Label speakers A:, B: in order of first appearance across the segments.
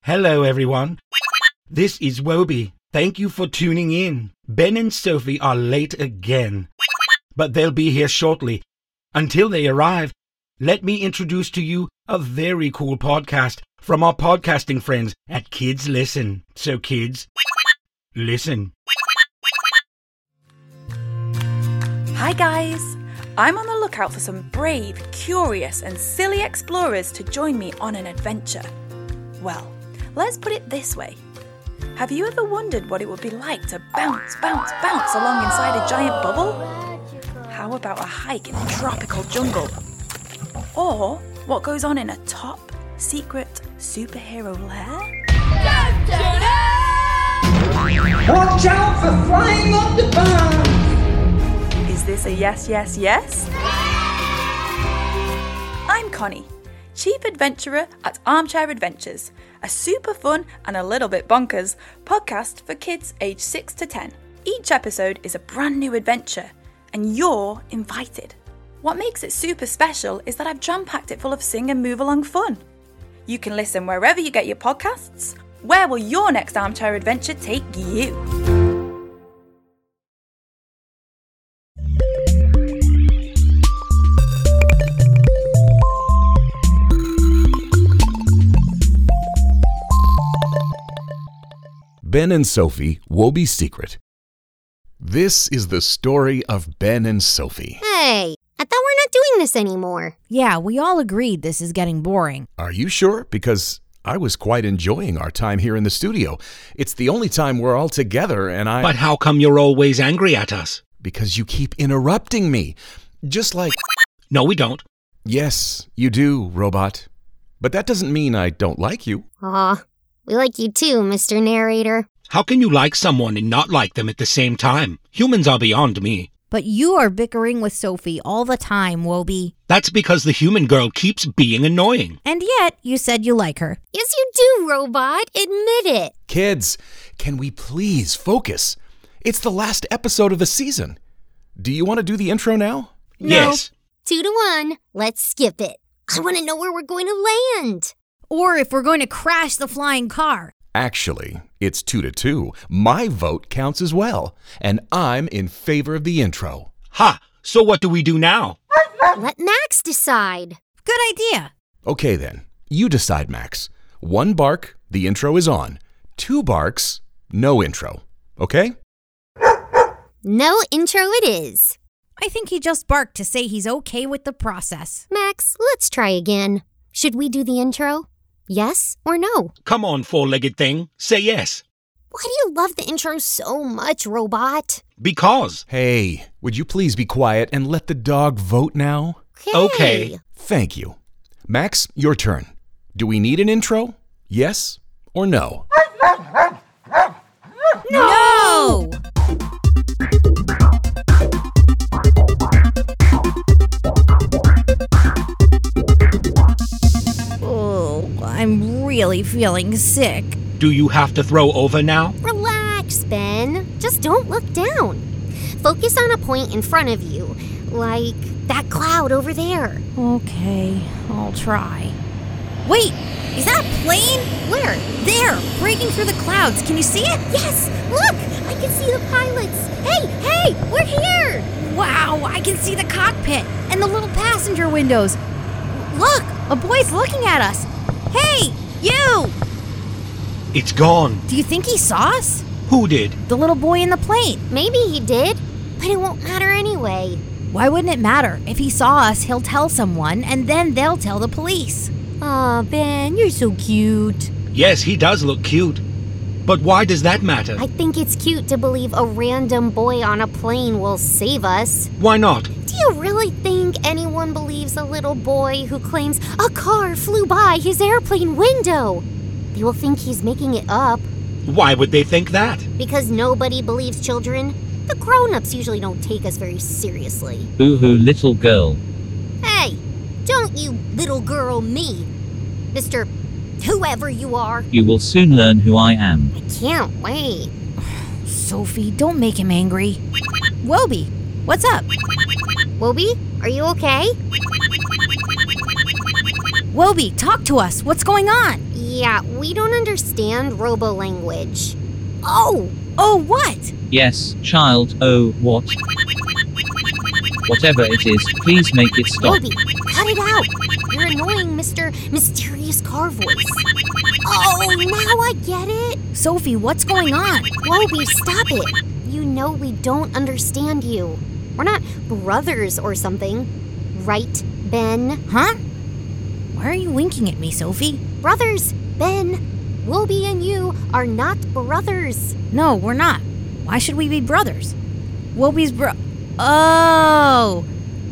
A: Hello, everyone. This is Wobi. Thank you for tuning in. Ben and Sophie are late again, but they'll be here shortly. Until they arrive, let me introduce to you a very cool podcast from our podcasting friends at Kids Listen. So, kids, listen.
B: Hi, guys! I'm on the lookout for some brave, curious, and silly explorers to join me on an adventure. Well, let's put it this way Have you ever wondered what it would be like to bounce, bounce, bounce along inside a giant bubble? How about a hike in a tropical jungle? Or what goes on in a top secret superhero lair?
C: Watch out for flying off the barn!
B: Is this a yes, yes, yes? I'm Connie, Chief Adventurer at Armchair Adventures, a super fun and a little bit bonkers podcast for kids aged 6 to 10. Each episode is a brand new adventure, and you're invited. What makes it super special is that I've jam packed it full of sing and move along fun. You can listen wherever you get your podcasts. Where will your next armchair adventure take you?
D: Ben and Sophie, Wobie's Secret.
E: This is the story of Ben and Sophie.
F: Hey, I thought we're not doing this anymore.
G: Yeah, we all agreed this is getting boring.
E: Are you sure? Because I was quite enjoying our time here in the studio. It's the only time we're all together, and I.
A: But how come you're always angry at us?
E: Because you keep interrupting me. Just like.
A: No, we don't.
E: Yes, you do, robot. But that doesn't mean I don't like you.
F: Aw, we like you too, Mr. Narrator.
A: How can you like someone and not like them at the same time? Humans are beyond me.
G: But you are bickering with Sophie all the time, Wobie.
A: That's because the human girl keeps being annoying.
G: And yet, you said you like her.
F: Yes, you do, robot. Admit it.
E: Kids, can we please focus? It's the last episode of the season. Do you want to do the intro now?
F: No.
A: Yes.
F: Two to one. Let's skip it. I want to know where we're going to land.
G: Or if we're going to crash the flying car.
E: Actually, it's two to two. My vote counts as well, and I'm in favor of the intro.
A: Ha! So what do we do now?
F: Let Max decide.
G: Good idea.
E: Okay then, you decide, Max. One bark, the intro is on. Two barks, no intro. Okay?
F: No intro it is.
G: I think he just barked to say he's okay with the process.
F: Max, let's try again. Should we do the intro? Yes or no?
A: Come on, four legged thing. Say yes.
F: Why do you love the intro so much, robot?
A: Because.
E: Hey, would you please be quiet and let the dog vote now?
A: Okay.
E: Thank you. Max, your turn. Do we need an intro? Yes or no?
G: No! Oh, I'm really feeling sick.
A: Do you have to throw over now?
F: Relax, Ben. Just don't look down. Focus on a point in front of you, like that cloud over there.
G: Okay, I'll try. Wait, is that a plane? Where? There, breaking through the clouds. Can you see it?
F: Yes, look! I can see the pilots. Hey, hey, we're here!
G: Wow, I can see the cockpit and the little passenger windows. Look, a boy's looking at us. Hey, you!
A: It's gone.
G: Do you think he saw us?
A: Who did?
G: The little boy in the plane.
F: Maybe he did, but it won't matter anyway.
G: Why wouldn't it matter? If he saw us, he'll tell someone, and then they'll tell the police.
F: Aw, Ben, you're so cute.
A: Yes, he does look cute. But why does that matter?
F: I think it's cute to believe a random boy on a plane will save us.
A: Why not?
F: Do you really think anyone believes a little boy who claims a car flew by his airplane window? They will think he's making it up.
A: Why would they think that?
F: Because nobody believes children, the grown ups usually don't take us very seriously.
H: Boo hoo, little girl.
F: Hey, don't you little girl me, Mr. Whoever you are.
H: You will soon learn who I am.
F: I can't wait.
G: Sophie, don't make him angry. Wobie, what's up?
F: Wobi, are you okay?
G: Wobie, talk to us. What's going on?
F: Yeah, we don't understand robo language. Oh!
G: Oh, what?
H: Yes, child, oh, what? Whatever it is, please make it stop.
F: Moby, cut it out! You're annoying Mr. Mysterious Car Voice. Oh, now I get it!
G: Sophie, what's going on?
F: Moby, stop it! You know we don't understand you. We're not brothers or something. Right, Ben?
G: Huh? Why are you winking at me, Sophie?
F: Brothers, Ben! Wolby and you are not brothers.
G: No, we're not. Why should we be brothers? Wobie's bro. Oh!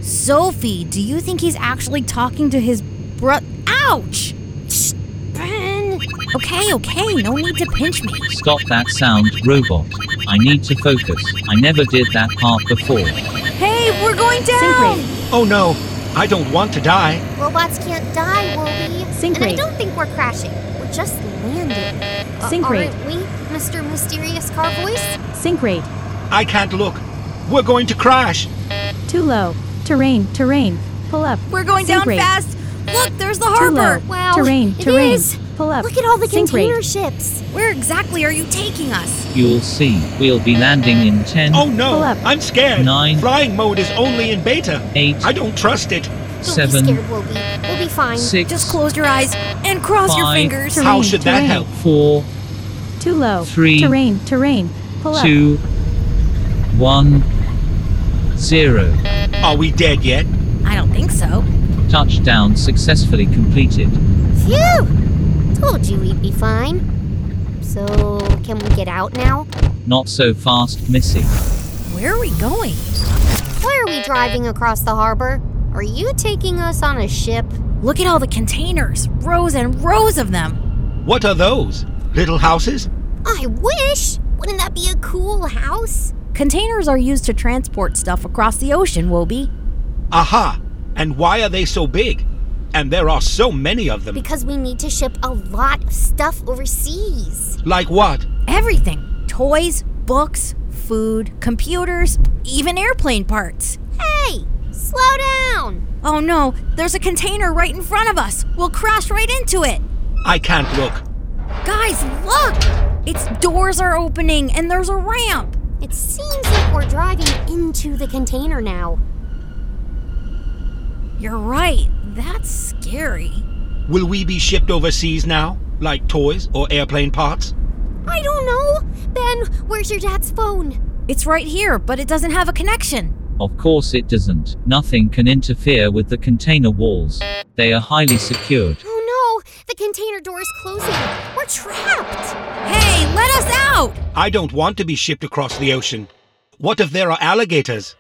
G: Sophie, do you think he's actually talking to his bro. Ouch!
F: Shh, Ben!
G: Okay, okay, no need to pinch me.
H: Stop that sound, robot. I need to focus. I never did that part before.
G: Hey, we're going down!
A: Oh no, I don't want to die.
F: Robots can't die, Wolby.
I: Sync
F: and I
I: rate.
F: don't think we're crashing. We're just landing. Uh,
I: Sync rate.
F: Aren't we, Mr. Mysterious Car Voice?
I: Sync rate.
A: I can't look. We're going to crash.
I: Too low. Terrain, terrain. Pull up.
G: We're going
I: Sync
G: down
I: rate.
G: fast! Look, there's the
I: Too low.
G: harbor!
F: Wow,
I: Terrain,
F: it
I: terrain.
F: is.
I: Pull up.
F: Look at all the
I: uh, Sync rate.
F: container ships.
G: Where exactly are you taking us?
H: You'll see. We'll be landing in 10,
A: Oh no,
I: Pull up.
A: I'm scared.
H: Nine.
A: Flying mode is only in beta.
H: Eight.
A: I don't trust it.
F: Don't be
H: 7,
F: scared, Wolby. We'll be fine.
H: 6,
G: Just close your eyes and cross your
H: Five.
G: fingers.
I: Terrain,
A: How should that
I: terrain.
A: help?
H: 4,
I: Too low.
H: Three.
I: Terrain, terrain. Pull up.
H: 2, 1, 0.
A: Are we dead yet?
G: I don't think so.
H: Touchdown successfully completed.
F: Phew! Told you we'd be fine. So, can we get out now?
H: Not so fast, Missy.
G: Where are we going?
F: Why are we driving across the harbor? Are you taking us on a ship?
G: Look at all the containers. Rows and rows of them.
A: What are those? Little houses?
F: I wish! Wouldn't that be a cool house?
G: Containers are used to transport stuff across the ocean, Woby.
A: Aha! And why are they so big? And there are so many of them.
F: Because we need to ship a lot of stuff overseas.
A: Like what?
G: Everything toys, books, food, computers, even airplane parts.
F: Hey, slow down!
G: Oh no, there's a container right in front of us. We'll crash right into it.
A: I can't look.
G: Guys, look! Its doors are opening and there's a ramp.
F: It seems like we're driving into the container now.
G: You're right. That's scary.
A: Will we be shipped overseas now? Like toys or airplane parts?
F: I don't know! Ben, where's your dad's phone?
G: It's right here, but it doesn't have a connection.
H: Of course it doesn't. Nothing can interfere with the container walls. They are highly secured.
F: Oh no, the container door is closing. We're trapped!
G: Hey, let us out!
A: I don't want to be shipped across the ocean. What if there are alligators?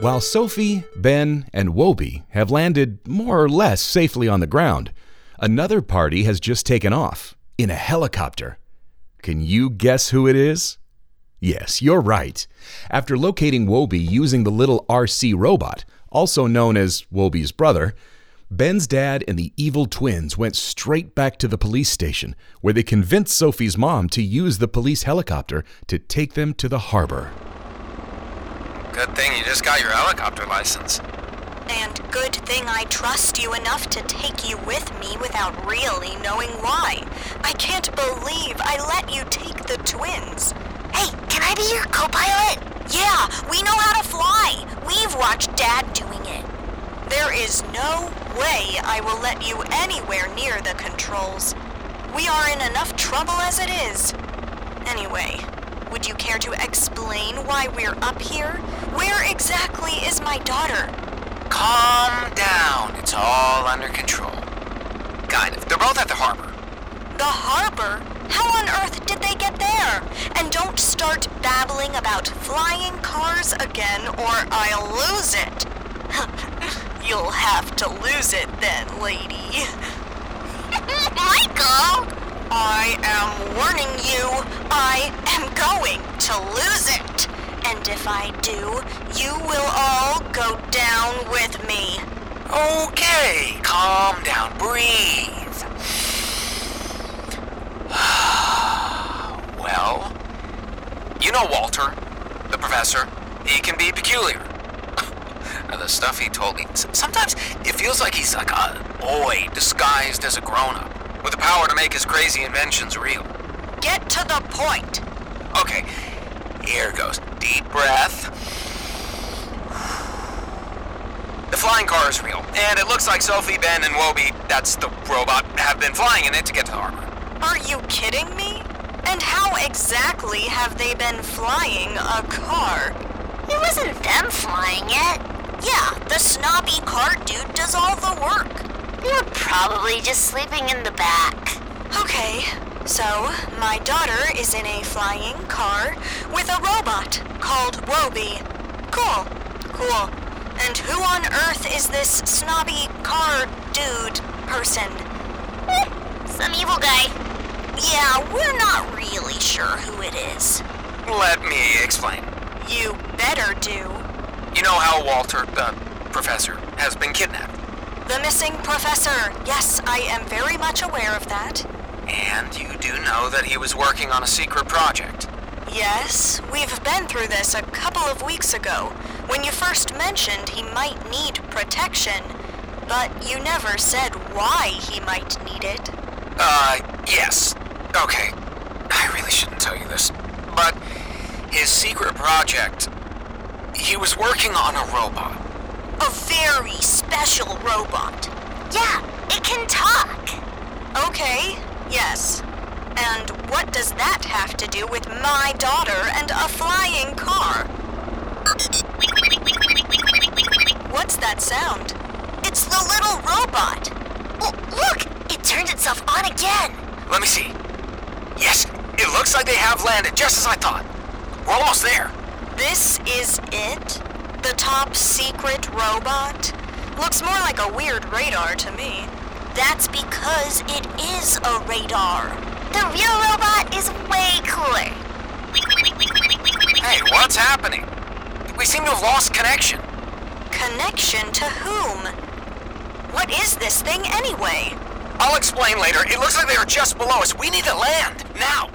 E: While Sophie, Ben, and Wobi have landed more or less safely on the ground, another party has just taken off in a helicopter. Can you guess who it is? Yes, you're right. After locating Wobi using the little RC robot, also known as Wobi's brother, Ben's dad and the evil twins went straight back to the police station, where they convinced Sophie's mom to use the police helicopter to take them to the harbor.
J: Good thing you just got your helicopter license.
K: And good thing I trust you enough to take you with me without really knowing why. I can't believe I let you take the twins. Hey, can I be your co pilot? Yeah, we know how to fly. We've watched Dad doing it. There is no way I will let you anywhere near the controls. We are in enough trouble as it is. Anyway, would you care to explain why we're up here? Where exactly is my daughter?
J: Calm down. It's all under control. Kind of. They're both at the harbor.
K: The harbor? How on earth did they get there? And don't start babbling about flying cars again or I'll lose it. You'll have to lose it then, lady. Michael! I am warning you. I am going to lose it. And if I do, you will all go down with me.
J: Okay, calm down. Breathe. well, You know Walter, the professor. He can be peculiar. the stuff he told me. s- Sometimes it feels like he's like a boy disguised as a grown up, with the power to make his crazy inventions real.
K: Get to the point.
J: Okay, here goes. Deep breath. The flying car is real, and it looks like Sophie, Ben, and Wobie, that's the robot, have been flying in it to get to the harbor.
K: Are you kidding me? And how exactly have they been flying a car? It wasn't them flying it. Yeah, the snobby car dude does all the work. They were probably just sleeping in the back. Okay, so my daughter is in a flying car with a robot called Wobie. Cool, cool. And who on earth is this snobby car dude person? Eh, Some evil guy. Yeah, we're not really sure who it is.
J: Let me explain.
K: You better do.
J: You know how Walter, the professor, has been kidnapped,
K: The missing professor. Yes, I am very much aware of that.
J: and you do know that he was working on a secret project.
K: Yes, we've been through this a couple of weeks ago when you first mentioned he might need protection, but you never said why he might need it.
J: Uh, yes. Okay. I really shouldn't tell you this. But his secret project. He was working on a robot.
K: A very special robot. Yeah, it can talk. Okay, yes. And what does that have to do with my daughter and a flying car? What's that sound? It's the little robot. look, it turned itself on again.
J: Let me see. Yes, it looks like they have landed, just as I thought. We're almost there.
K: This is it? The top secret robot? Looks more like a weird radar to me. That's because it is a radar. The real robot is way cooler.
J: Hey, what's happening? We seem to have lost connection.
K: Connection to whom? What is this thing anyway?
J: I'll explain later. It looks like they are just below us. We need to land now.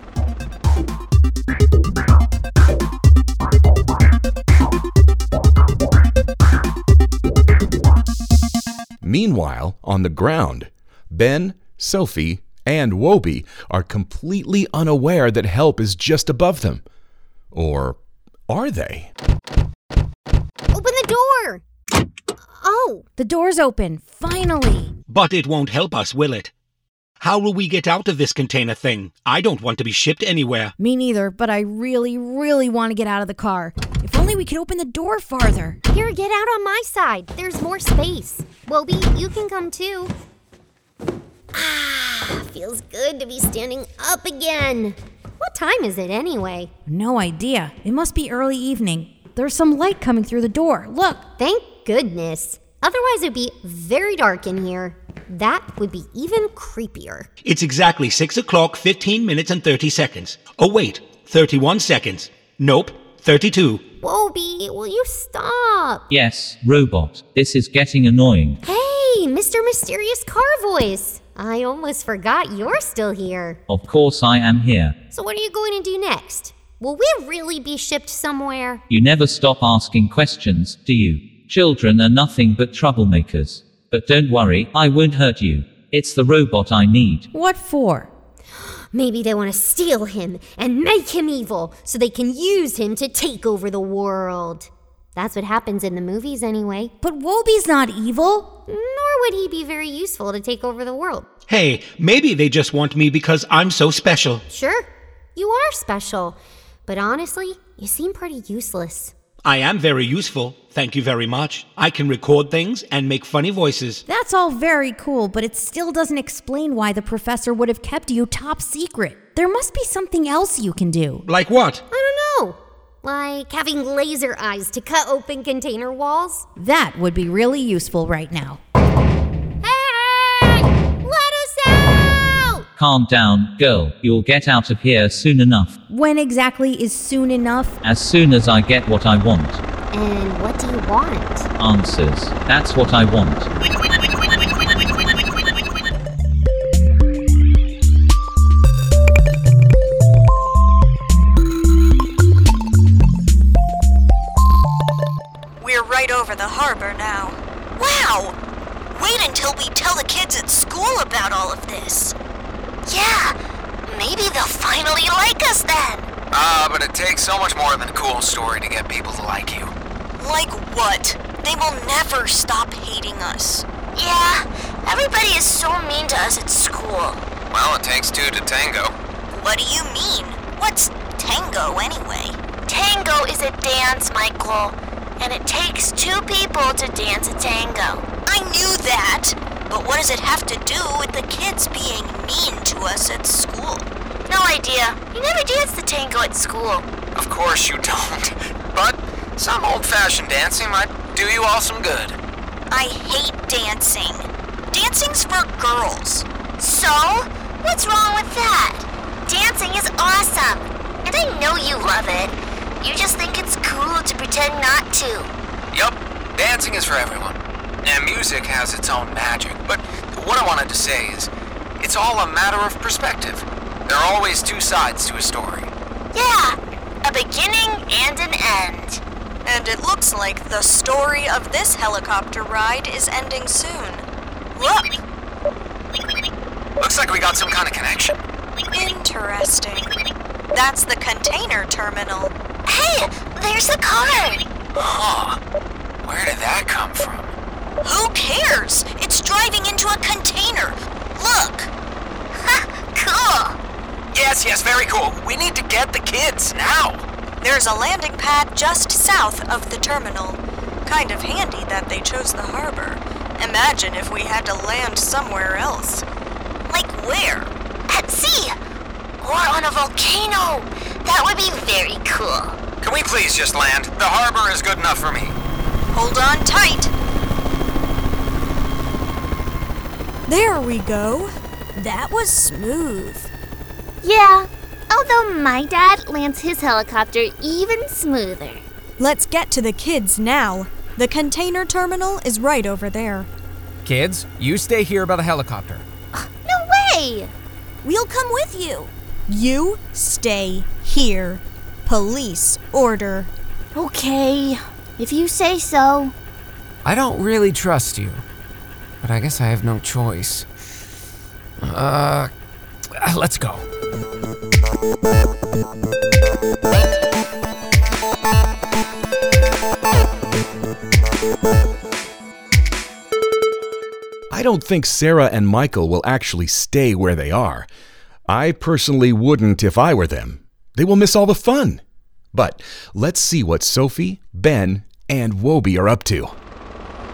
E: Meanwhile, on the ground, Ben, Sophie, and Wobie are completely unaware that help is just above them. Or are they?
F: Open the door! Oh,
G: The door's open, finally.
A: But it won't help us, will it? How will we get out of this container thing? I don't want to be shipped anywhere.
G: Me neither, but I really, really want to get out of the car. If only we could open the door farther.
F: here, get out on my side. There's more space. Wobie, you can come too. Ah, feels good to be standing up again. What time is it anyway?
G: No idea. It must be early evening. There's some light coming through the door. Look.
F: Thank goodness. Otherwise, it'd be very dark in here. That would be even creepier.
A: It's exactly 6 o'clock, 15 minutes and 30 seconds. Oh, wait, 31 seconds. Nope, 32.
F: Wobie, will you stop?
H: Yes, robot, this is getting annoying.
F: Hey, Mr. Mysterious Car Voice! I almost forgot you're still here.
H: Of course I am here.
F: So, what are you going to do next? Will we really be shipped somewhere?
H: You never stop asking questions, do you? Children are nothing but troublemakers. But don't worry, I won't hurt you. It's the robot I need.
G: What for?
F: Maybe they want to steal him and make him evil so they can use him to take over the world. That's what happens in the movies, anyway.
G: But Wobie's not evil.
F: Nor would he be very useful to take over the world.
A: Hey, maybe they just want me because I'm so special.
F: Sure, you are special, but honestly, you seem pretty useless.
A: I am very useful. Thank you very much. I can record things and make funny voices.
G: That's all very cool, but it still doesn't explain why the professor would have kept you top secret. There must be something else you can do.
A: Like what?
F: I don't know. Like having laser eyes to cut open container walls?
G: That would be really useful right now.
F: Hey! Let us out!
H: Calm down, girl, you'll get out of here soon enough.
G: When exactly is soon enough?
H: As soon as I get what I want.
F: And what do you want?
H: Answers. That's what I want.
K: right over the harbor now. Wow! Wait until we tell the kids at school about all of this.
F: Yeah, maybe they'll finally like us then.
J: Ah, but it takes so much more than a cool story to get people to like you.
K: Like what? They will never stop hating us.
F: Yeah, everybody is so mean to us at school.
J: Well, it takes two to tango.
K: What do you mean? What's tango anyway?
F: Tango is a dance, Michael, and it takes two people to dance a tango.
K: I knew that! But what does it have to do with the kids being mean to us at school?
F: No idea. You never danced the tango at school.
J: Of course you don't. But some old fashioned dancing might do you all some good.
K: I hate dancing. Dancing's for girls.
F: So? What's wrong with that? Dancing is awesome, and I know you love it. You just think it's cool to pretend not to.
J: Yup, dancing is for everyone. And music has its own magic. But what I wanted to say is, it's all a matter of perspective. There are always two sides to a story.
F: Yeah, a beginning and an end.
K: And it looks like the story of this helicopter ride is ending soon. Look!
J: Looks like we got some kind of connection.
K: Interesting. That's the container terminal.
F: Hey, there's the car.
J: Huh. Ah, Where did that come from?
K: Who cares? It's driving into a container. Look!
F: cool.
J: Yes, yes, very cool. We need to get the kids now.
K: There's a landing pad just south of the terminal. Kind of handy that they chose the harbor. Imagine if we had to land somewhere else. Like where?
F: At sea, or on a volcano. That would be very cool.
J: Can we please just land? The harbor is good enough for me.
K: Hold on tight. There we go. That was smooth.
F: Yeah, although my dad lands his helicopter even smoother.
K: Let's get to the kids now. The container terminal is right over there.
L: Kids, you stay here by the helicopter.
F: No way!
K: We'll come with you. You stay here. Police order.
F: Okay, if you say so.
L: I don't really trust you, but I guess I have no choice. Uh, let's go.
E: I don't think Sarah and Michael will actually stay where they are. I personally wouldn't if I were them. They will miss all the fun. But let's see what Sophie, Ben, and Wobie are up to.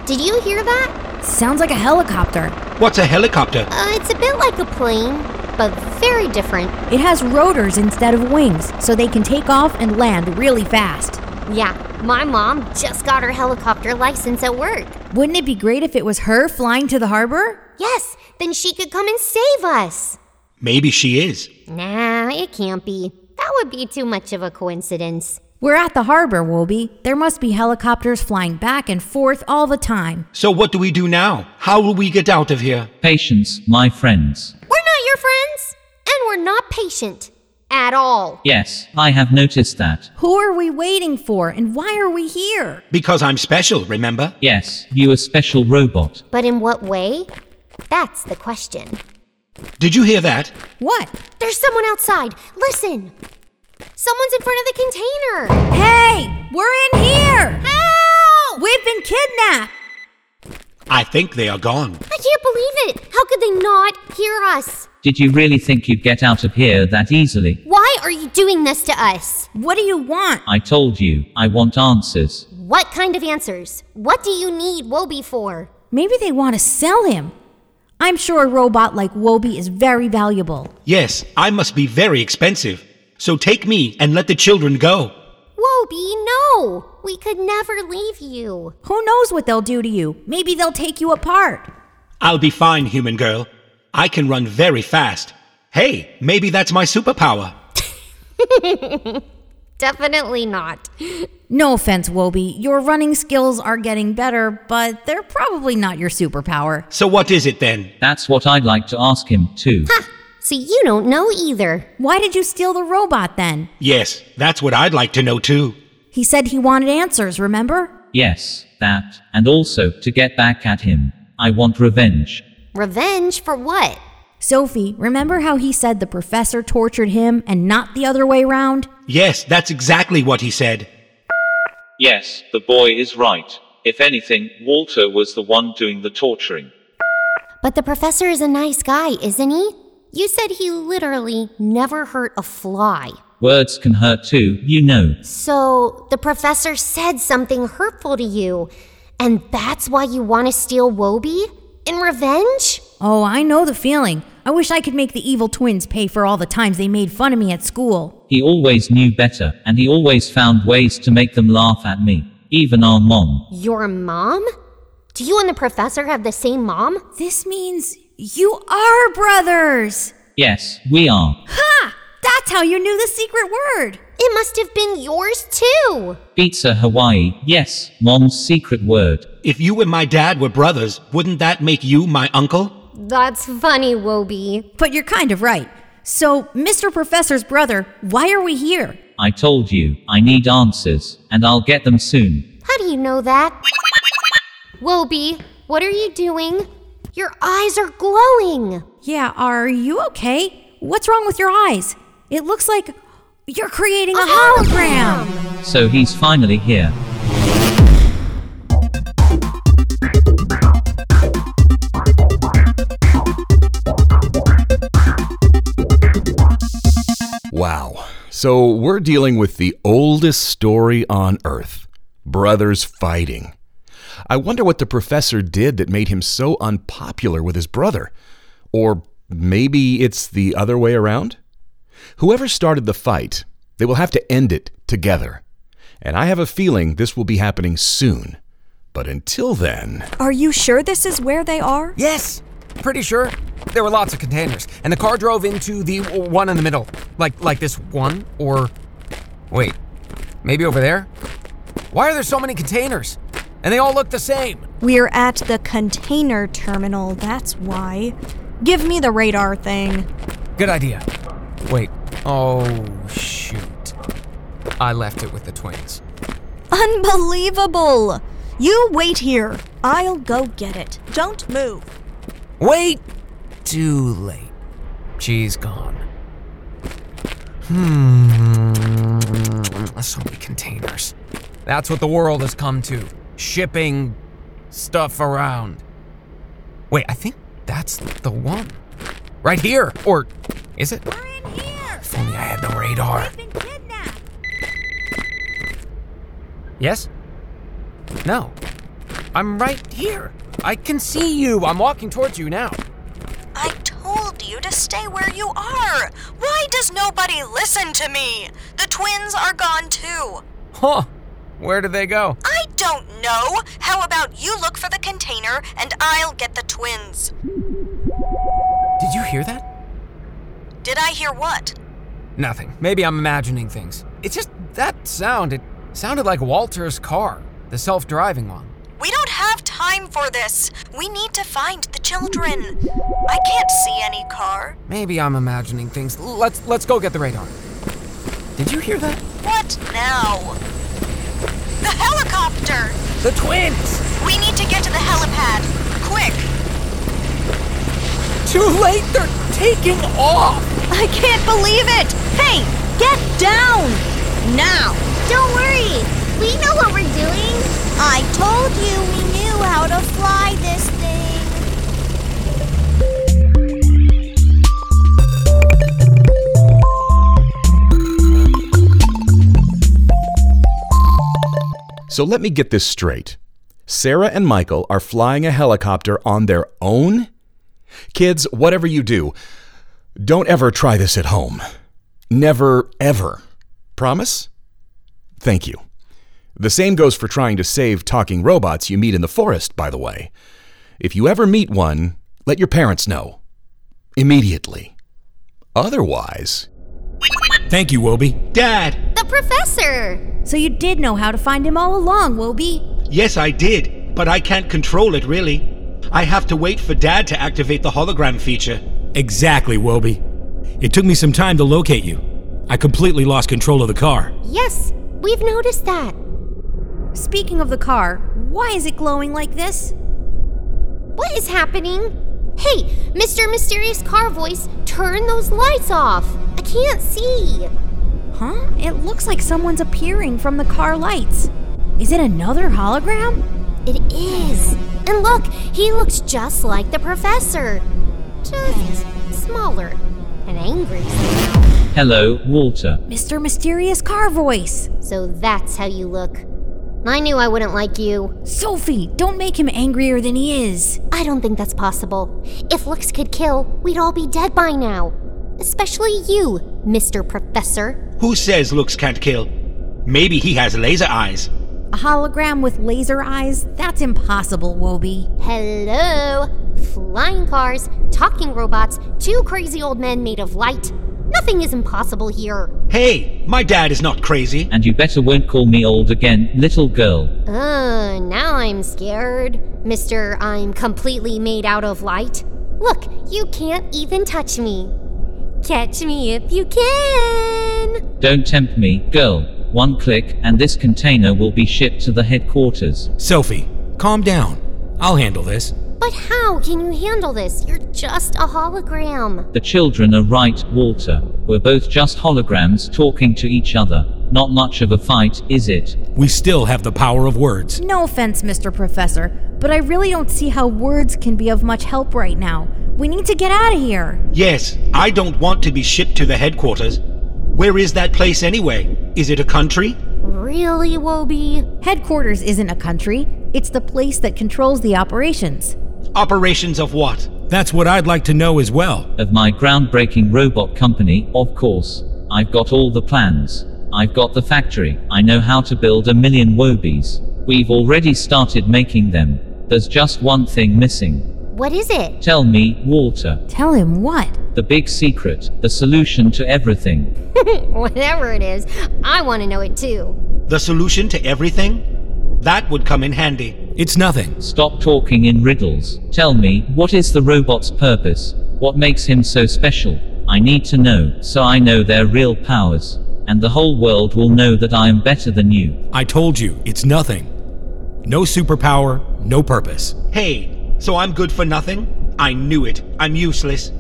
F: Did you hear that?
G: Sounds like a helicopter.
A: What's a helicopter?
F: Uh, it's a bit like a plane, but very different.
G: It has rotors instead of wings, so they can take off and land really fast.
F: Yeah, my mom just got her helicopter license at work.
G: Wouldn't it be great if it was her flying to the harbor?
F: Yes, then she could come and save us.
A: Maybe she is.
F: Nah, it can't be. That would be too much of a coincidence.
G: We're at the harbor, Wobie. There must be helicopters flying back and forth all the time.
A: So what do we do now? How will we get out of here?
H: Patience, my friends.
F: We're not your friends, and we're not patient at all.
H: Yes, I have noticed that.
G: Who are we waiting for, and why are we here?
A: Because I'm special, remember?
H: Yes, you a special robot.
F: But in what way? That's the question.
A: Did you hear that?
G: What?
F: There's someone outside. Listen. Someone's in front of the container.
G: Hey, we're in here!
F: Help!
G: We've been kidnapped!
A: I think they are gone.
F: I can't believe it. How could they not hear us?
H: Did you really think you'd get out of here that easily?
F: Why are you doing this to us?
G: What do you want?
H: I told you, I want answers.
F: What kind of answers? What do you need Wobie for?
G: Maybe they want to sell him. I'm sure a robot like Wobie is very valuable.
A: Yes, I must be very expensive. So take me and let the children go.
F: Wobie, no! We could never leave you.
G: Who knows what they'll do to you? Maybe they'll take you apart.
A: I'll be fine, human girl. I can run very fast. Hey, maybe that's my superpower.
F: Definitely not.
G: No offense, Wobie. Your running skills are getting better, but they're probably not your superpower.
A: So what is it then?
H: That's what I'd like to ask him, too.
F: So you don't know either.
G: Why did you steal the robot then?
A: Yes, that's what I'd like to know too.
G: He said he wanted answers, remember?
H: Yes, that, and also to get back at him. I want revenge.
G: Revenge for what? Sophie, remember how he said the professor tortured him and not the other way round?
A: Yes, that's exactly what he said.
H: Yes, the boy is right. If anything, Walter was the one doing the torturing.
F: But the professor is a nice guy, isn't he? You said he literally never hurt a fly.
H: Words can hurt too, you know.
F: So the professor said something hurtful to you, and that's why you want to steal Woby? In revenge?
G: Oh, I know the feeling. I wish I could make the evil twins pay for all the times they made fun of me at school.
H: He always knew better, and he always found ways to make them laugh at me, even our mom.
F: Your mom? Do you and the professor have the same mom?
G: This means you are brothers!
H: Yes, we are.
G: Ha! That's how you knew the secret word!
F: It must have been yours too!
H: Pizza Hawaii, yes, mom's secret word.
A: If you and my dad were brothers, wouldn't that make you my uncle?
F: That's funny, Woby.
G: But you're kind of right. So, Mr. Professor's brother, why are we here?
H: I told you, I need answers, and I'll get them soon.
F: How do you know that? Woby, what are you doing? Your eyes are glowing.
G: Yeah, are you okay? What's wrong with your eyes? It looks like you're creating a, a hologram. hologram.
H: So he's finally here.
E: Wow. So we're dealing with the oldest story on Earth brothers fighting. I wonder what the professor did that made him so unpopular with his brother. Or maybe it's the other way around? Whoever started the fight, they will have to end it together. And I have a feeling this will be happening soon. But until then.
M: Are you sure this is where they are?
N: Yes, pretty sure. There were lots of containers, and the car drove into the one in the middle. Like like this one or wait. Maybe over there? Why are there so many containers? and they all look the same.
M: We're at the container terminal, that's why. Give me the radar thing.
N: Good idea. Wait. Oh, shoot. I left it with the twins.
M: Unbelievable! You wait here. I'll go get it. Don't move.
N: Wait! Too late. She's gone. Hmm. So many containers. That's what the world has come to shipping stuff around. Wait, I think that's the one. Right here! Or is it?
M: We're in here!
N: If only I had the radar. Yes? No. I'm right here. I can see you. I'm walking towards you now.
K: I told you to stay where you are. Why does nobody listen to me? The twins are gone too.
N: Huh. Where do they go?
K: I don't know. How about you look for the container and I'll get the twins?
N: Did you hear that?
K: Did I hear what?
N: Nothing. Maybe I'm imagining things. It's just that sound. It sounded like Walter's car, the self driving one.
K: We don't have time for this. We need to find the children. I can't see any car.
N: Maybe I'm imagining things. Let's let's go get the radar. Did you hear that?
K: What now? The helicopter!
N: The twins!
K: We need to get to the helipad. Quick!
N: Too late! They're taking off!
M: I can't believe it! Hey! Get down! Now!
F: Don't worry! We know what we're doing! I told you we knew how to fly this thing!
E: So let me get this straight. Sarah and Michael are flying a helicopter on their own? Kids, whatever you do, don't ever try this at home. Never, ever. Promise? Thank you. The same goes for trying to save talking robots you meet in the forest, by the way. If you ever meet one, let your parents know. Immediately. Otherwise.
A: Thank you, Woby. Dad!
F: The professor!
G: So you did know how to find him all along, Woby?
A: Yes, I did, but I can't control it really. I have to wait for Dad to activate the hologram feature.
O: Exactly, Woby. It took me some time to locate you. I completely lost control of the car.
F: Yes, we've noticed that.
G: Speaking of the car, Why is it glowing like this?
F: What is happening? Hey, Mr. Mysterious Car Voice, turn those lights off. I can't see.
G: Huh? It looks like someone's appearing from the car lights. Is it another hologram?
F: It is. And look, he looks just like the professor. Just smaller and angry.
H: Hello, Walter.
G: Mr. Mysterious Car Voice.
F: So that's how you look. I knew I wouldn't like you.
G: Sophie, don't make him angrier than he is.
F: I don't think that's possible. If looks could kill, we'd all be dead by now. Especially you, Mr. Professor.
A: Who says looks can't kill? Maybe he has laser eyes.
G: A hologram with laser eyes? That's impossible, Woby.
F: Hello! Flying cars, talking robots, two crazy old men made of light. Nothing is impossible here.
A: Hey, my dad is not crazy.
H: And you better won't call me old again, little girl.
F: Uh, now I'm scared. Mr. I'm completely made out of light. Look, you can't even touch me. Catch me if you can.
H: Don't tempt me, girl. One click, and this container will be shipped to the headquarters.
E: Sophie, calm down. I'll handle this.
F: But how can you handle this? You're just a hologram.
H: The children are right, Walter. We're both just holograms talking to each other. Not much of a fight, is it?
E: We still have the power of words.
G: No offense, Mr. Professor, but I really don't see how words can be of much help right now. We need to get out of here.
A: Yes, I don't want to be shipped to the headquarters. Where is that place anyway? Is it a country?
F: Really, Woby?
G: Headquarters isn't a country, it's the place that controls the operations.
A: Operations of what?
E: That's what I'd like to know as well.
H: Of my groundbreaking robot company, of course. I've got all the plans. I've got the factory. I know how to build a million Wobies. We've already started making them. There's just one thing missing.
F: What is it?
H: Tell me, Walter.
G: Tell him what?
H: The big secret, the solution to everything.
F: Whatever it is, I want to know it too.
A: The solution to everything? That would come in handy.
E: It's nothing.
H: Stop talking in riddles. Tell me, what is the robot's purpose? What makes him so special? I need to know, so I know their real powers. And the whole world will know that I am better than you.
E: I told you, it's nothing. No superpower, no purpose.
A: Hey, so I'm good for nothing? I knew it. I'm useless.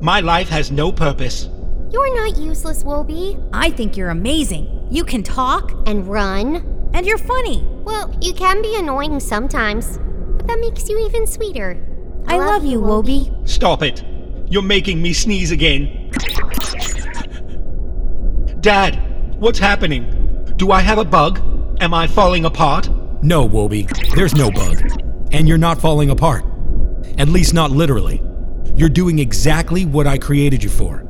A: My life has no purpose.
F: You're not useless, Woby.
G: I think you're amazing. You can talk
F: and run,
G: and you're funny.
F: Well, you can be annoying sometimes, but that makes you even sweeter.
G: I, I love, love, you, Woby. Woby.
A: Stop it. You're making me sneeze again. Dad, what's happening? Do I have a bug? Am I falling apart?
E: No, Woby. There's no bug and you're not falling apart. At least, not literally. You're doing exactly what I created you for.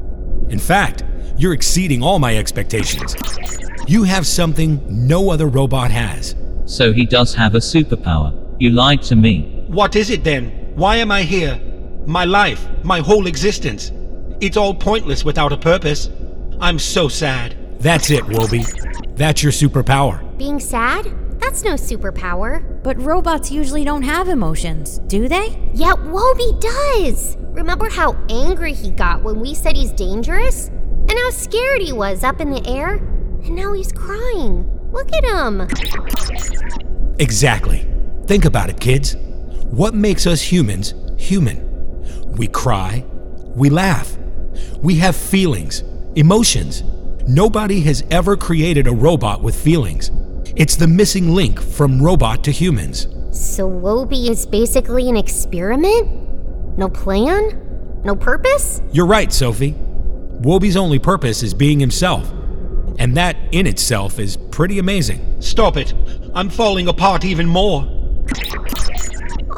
E: In fact, you're exceeding all my expectations. You have something no other robot has.
H: So he does have a superpower. You lied to me.
A: What is it then? Why am I here? My life, my whole existence. It's all pointless without a purpose. I'm so sad.
E: That's it, Woby. That's your superpower.
F: Being sad? That's no superpower.
G: But robots usually don't have emotions, do they?
F: Yet yeah, Woby does! Remember how angry he got when we said he's dangerous? And how scared he was up in the air? And now he's crying. Look at him!
E: Exactly. Think about it, kids. What makes us humans human? We cry, we laugh, we have feelings, emotions. Nobody has ever created a robot with feelings. It's the missing link from robot to humans.
F: So Woby is basically an experiment? No plan? No purpose?
E: You're right, Sophie. Woby's only purpose is being himself. And that in itself is pretty amazing.
A: Stop it. I'm falling apart even more.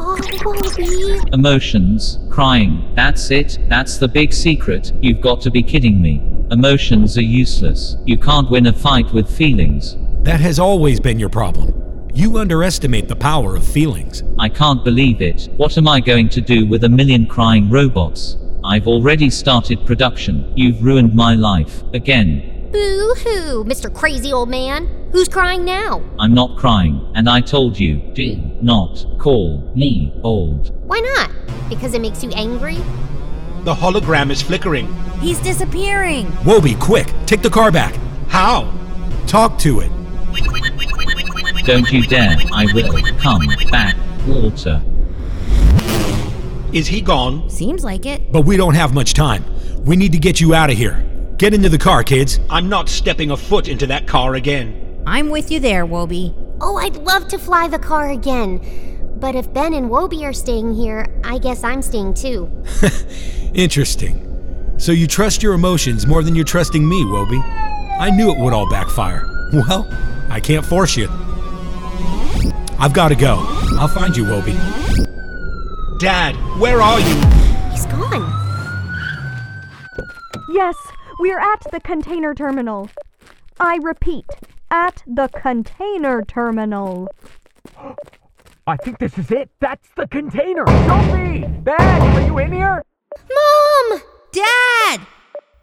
F: Oh, Woby.
H: Emotions, crying. That's it. That's the big secret. You've got to be kidding me. Emotions are useless. You can't win a fight with feelings.
E: That has always been your problem. You underestimate the power of feelings.
H: I can't believe it. What am I going to do with a million crying robots? I've already started production. You've ruined my life again.
F: Boo hoo, Mr. Crazy Old Man. Who's crying now?
H: I'm not crying, and I told you, do not call me old.
F: Why not? Because it makes you angry?
A: The hologram is flickering.
G: He's disappearing.
E: Woby, quick, take the car back.
A: How?
E: Talk to it.
H: Don't you dare. I will. Come back, Walter.
A: Is he gone?
K: Seems like it.
P: But we don't have much time. We need to get you out of here. Get into the car, kids.
A: I'm not stepping a foot into that car again.
K: I'm with you there, Woby.
F: Oh, I'd love to fly the car again. But if Ben and Woby are staying here, I guess I'm staying too.
P: Interesting. So you trust your emotions more than you're trusting me, Woby. I knew it would all backfire. Well, I can't force you. I've got to go. I'll find you, Woby.
A: Dad, where are you?
F: He's gone.
G: Yes, we're at the container terminal. I repeat, at the container terminal.
Q: I think this is it. That's the container. Sophie! Ben, are you in here?
F: Mom!
K: Dad!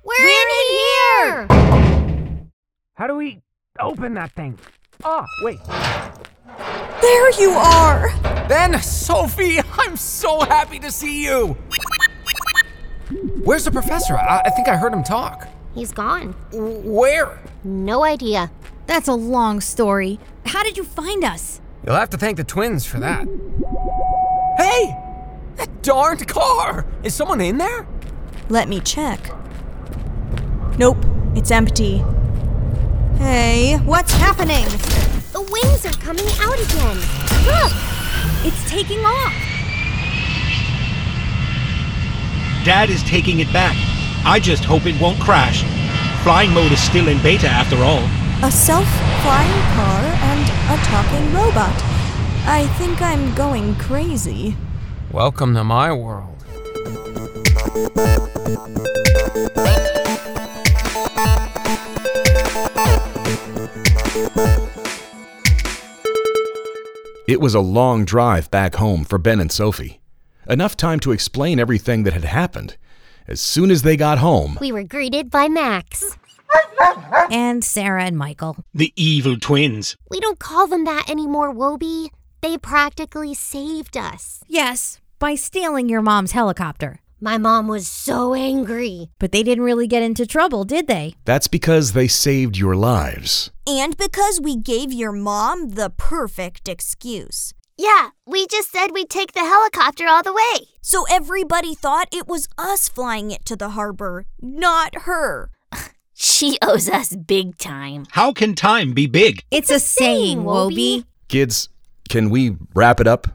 K: We're, in, here!
Q: How do we open that thing? Ah, wait.
R: There you are!
S: Ben, Sophie, I'm so happy to see you! Where's the professor? I, I think I heard him talk.
F: He's gone.
S: Where?
F: No idea.
K: That's a long story. How did you find us?
S: You'll have to thank the twins for that. Hey! That darned car! Is someone in there?
G: Let me check. Nope, it's empty. Hey, what's happening?
F: The wings are coming out again. Look!
K: It's taking off.
A: Dad is taking it back. I just hope it won't crash. Flying mode is still in beta after all.
G: A self flying car and a talking robot. I think I'm going crazy.
S: Welcome to my world.
E: It was a long drive back home for Ben and Sophie. Enough time to explain everything that had happened. As soon as they got home,
F: We were greeted by Max.
K: And Sarah and Michael.
A: The evil twins.
F: We don't call them that anymore, Woby. They practically saved us.
K: Yes, by stealing your mom's helicopter.
F: My mom was so angry.
K: But they didn't really get into trouble, did they?
E: that's because they saved your lives.
G: And because we gave your mom the perfect excuse.
T: Yeah, we just said we'd take the helicopter all the way.
G: So everybody thought it was us flying it to the harbor, not her.
T: She owes us big time.
A: How can time be big?
K: It's, a, saying, Woby.
E: Kids, can we wrap it up,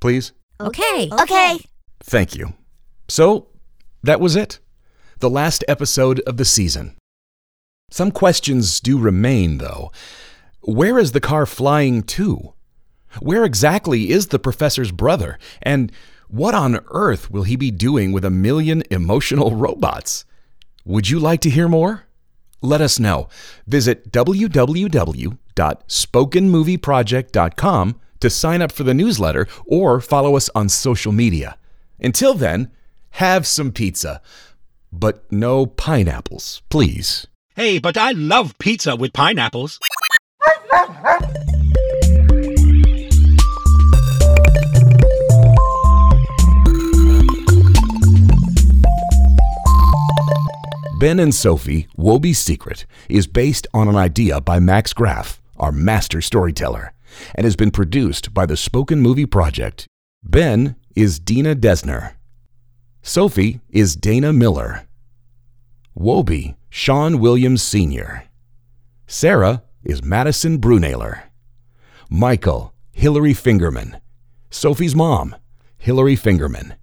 E: please?
K: Okay.
T: Okay.
E: Thank you. So, that was it. The last episode of the season. Some questions do remain, though. Where is the car flying to? Where exactly is the professor's brother? And what on earth will he be doing with a million emotional robots? Would you like to hear more? Let us know. Visit www.spokenmovieproject.com to sign up for the newsletter or follow us on social media. Until then, have some pizza, but no pineapples, please.
A: Hey, but I love pizza with pineapples.
U: Ben and Sophie, Woby's Secret, is based on an idea by Max Graff, our master storyteller, and has been produced by the Spoken Movie Project. Ben is Dina Desner. Sophie is Dana Miller. Woby, Sean Williams Sr. Sarah is Madison Brunailer. Michael, Hillary Fingerman. Sophie's mom, Hillary Fingerman.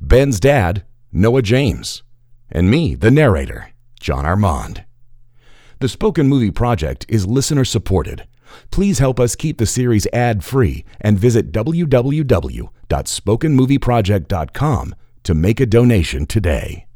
U: Ben's dad, Noah James. And me, the narrator, John Armand. The Spoken Movie Project is listener supported. Please help us keep the series ad free and visit www.spokenmovieproject.com to make a donation today.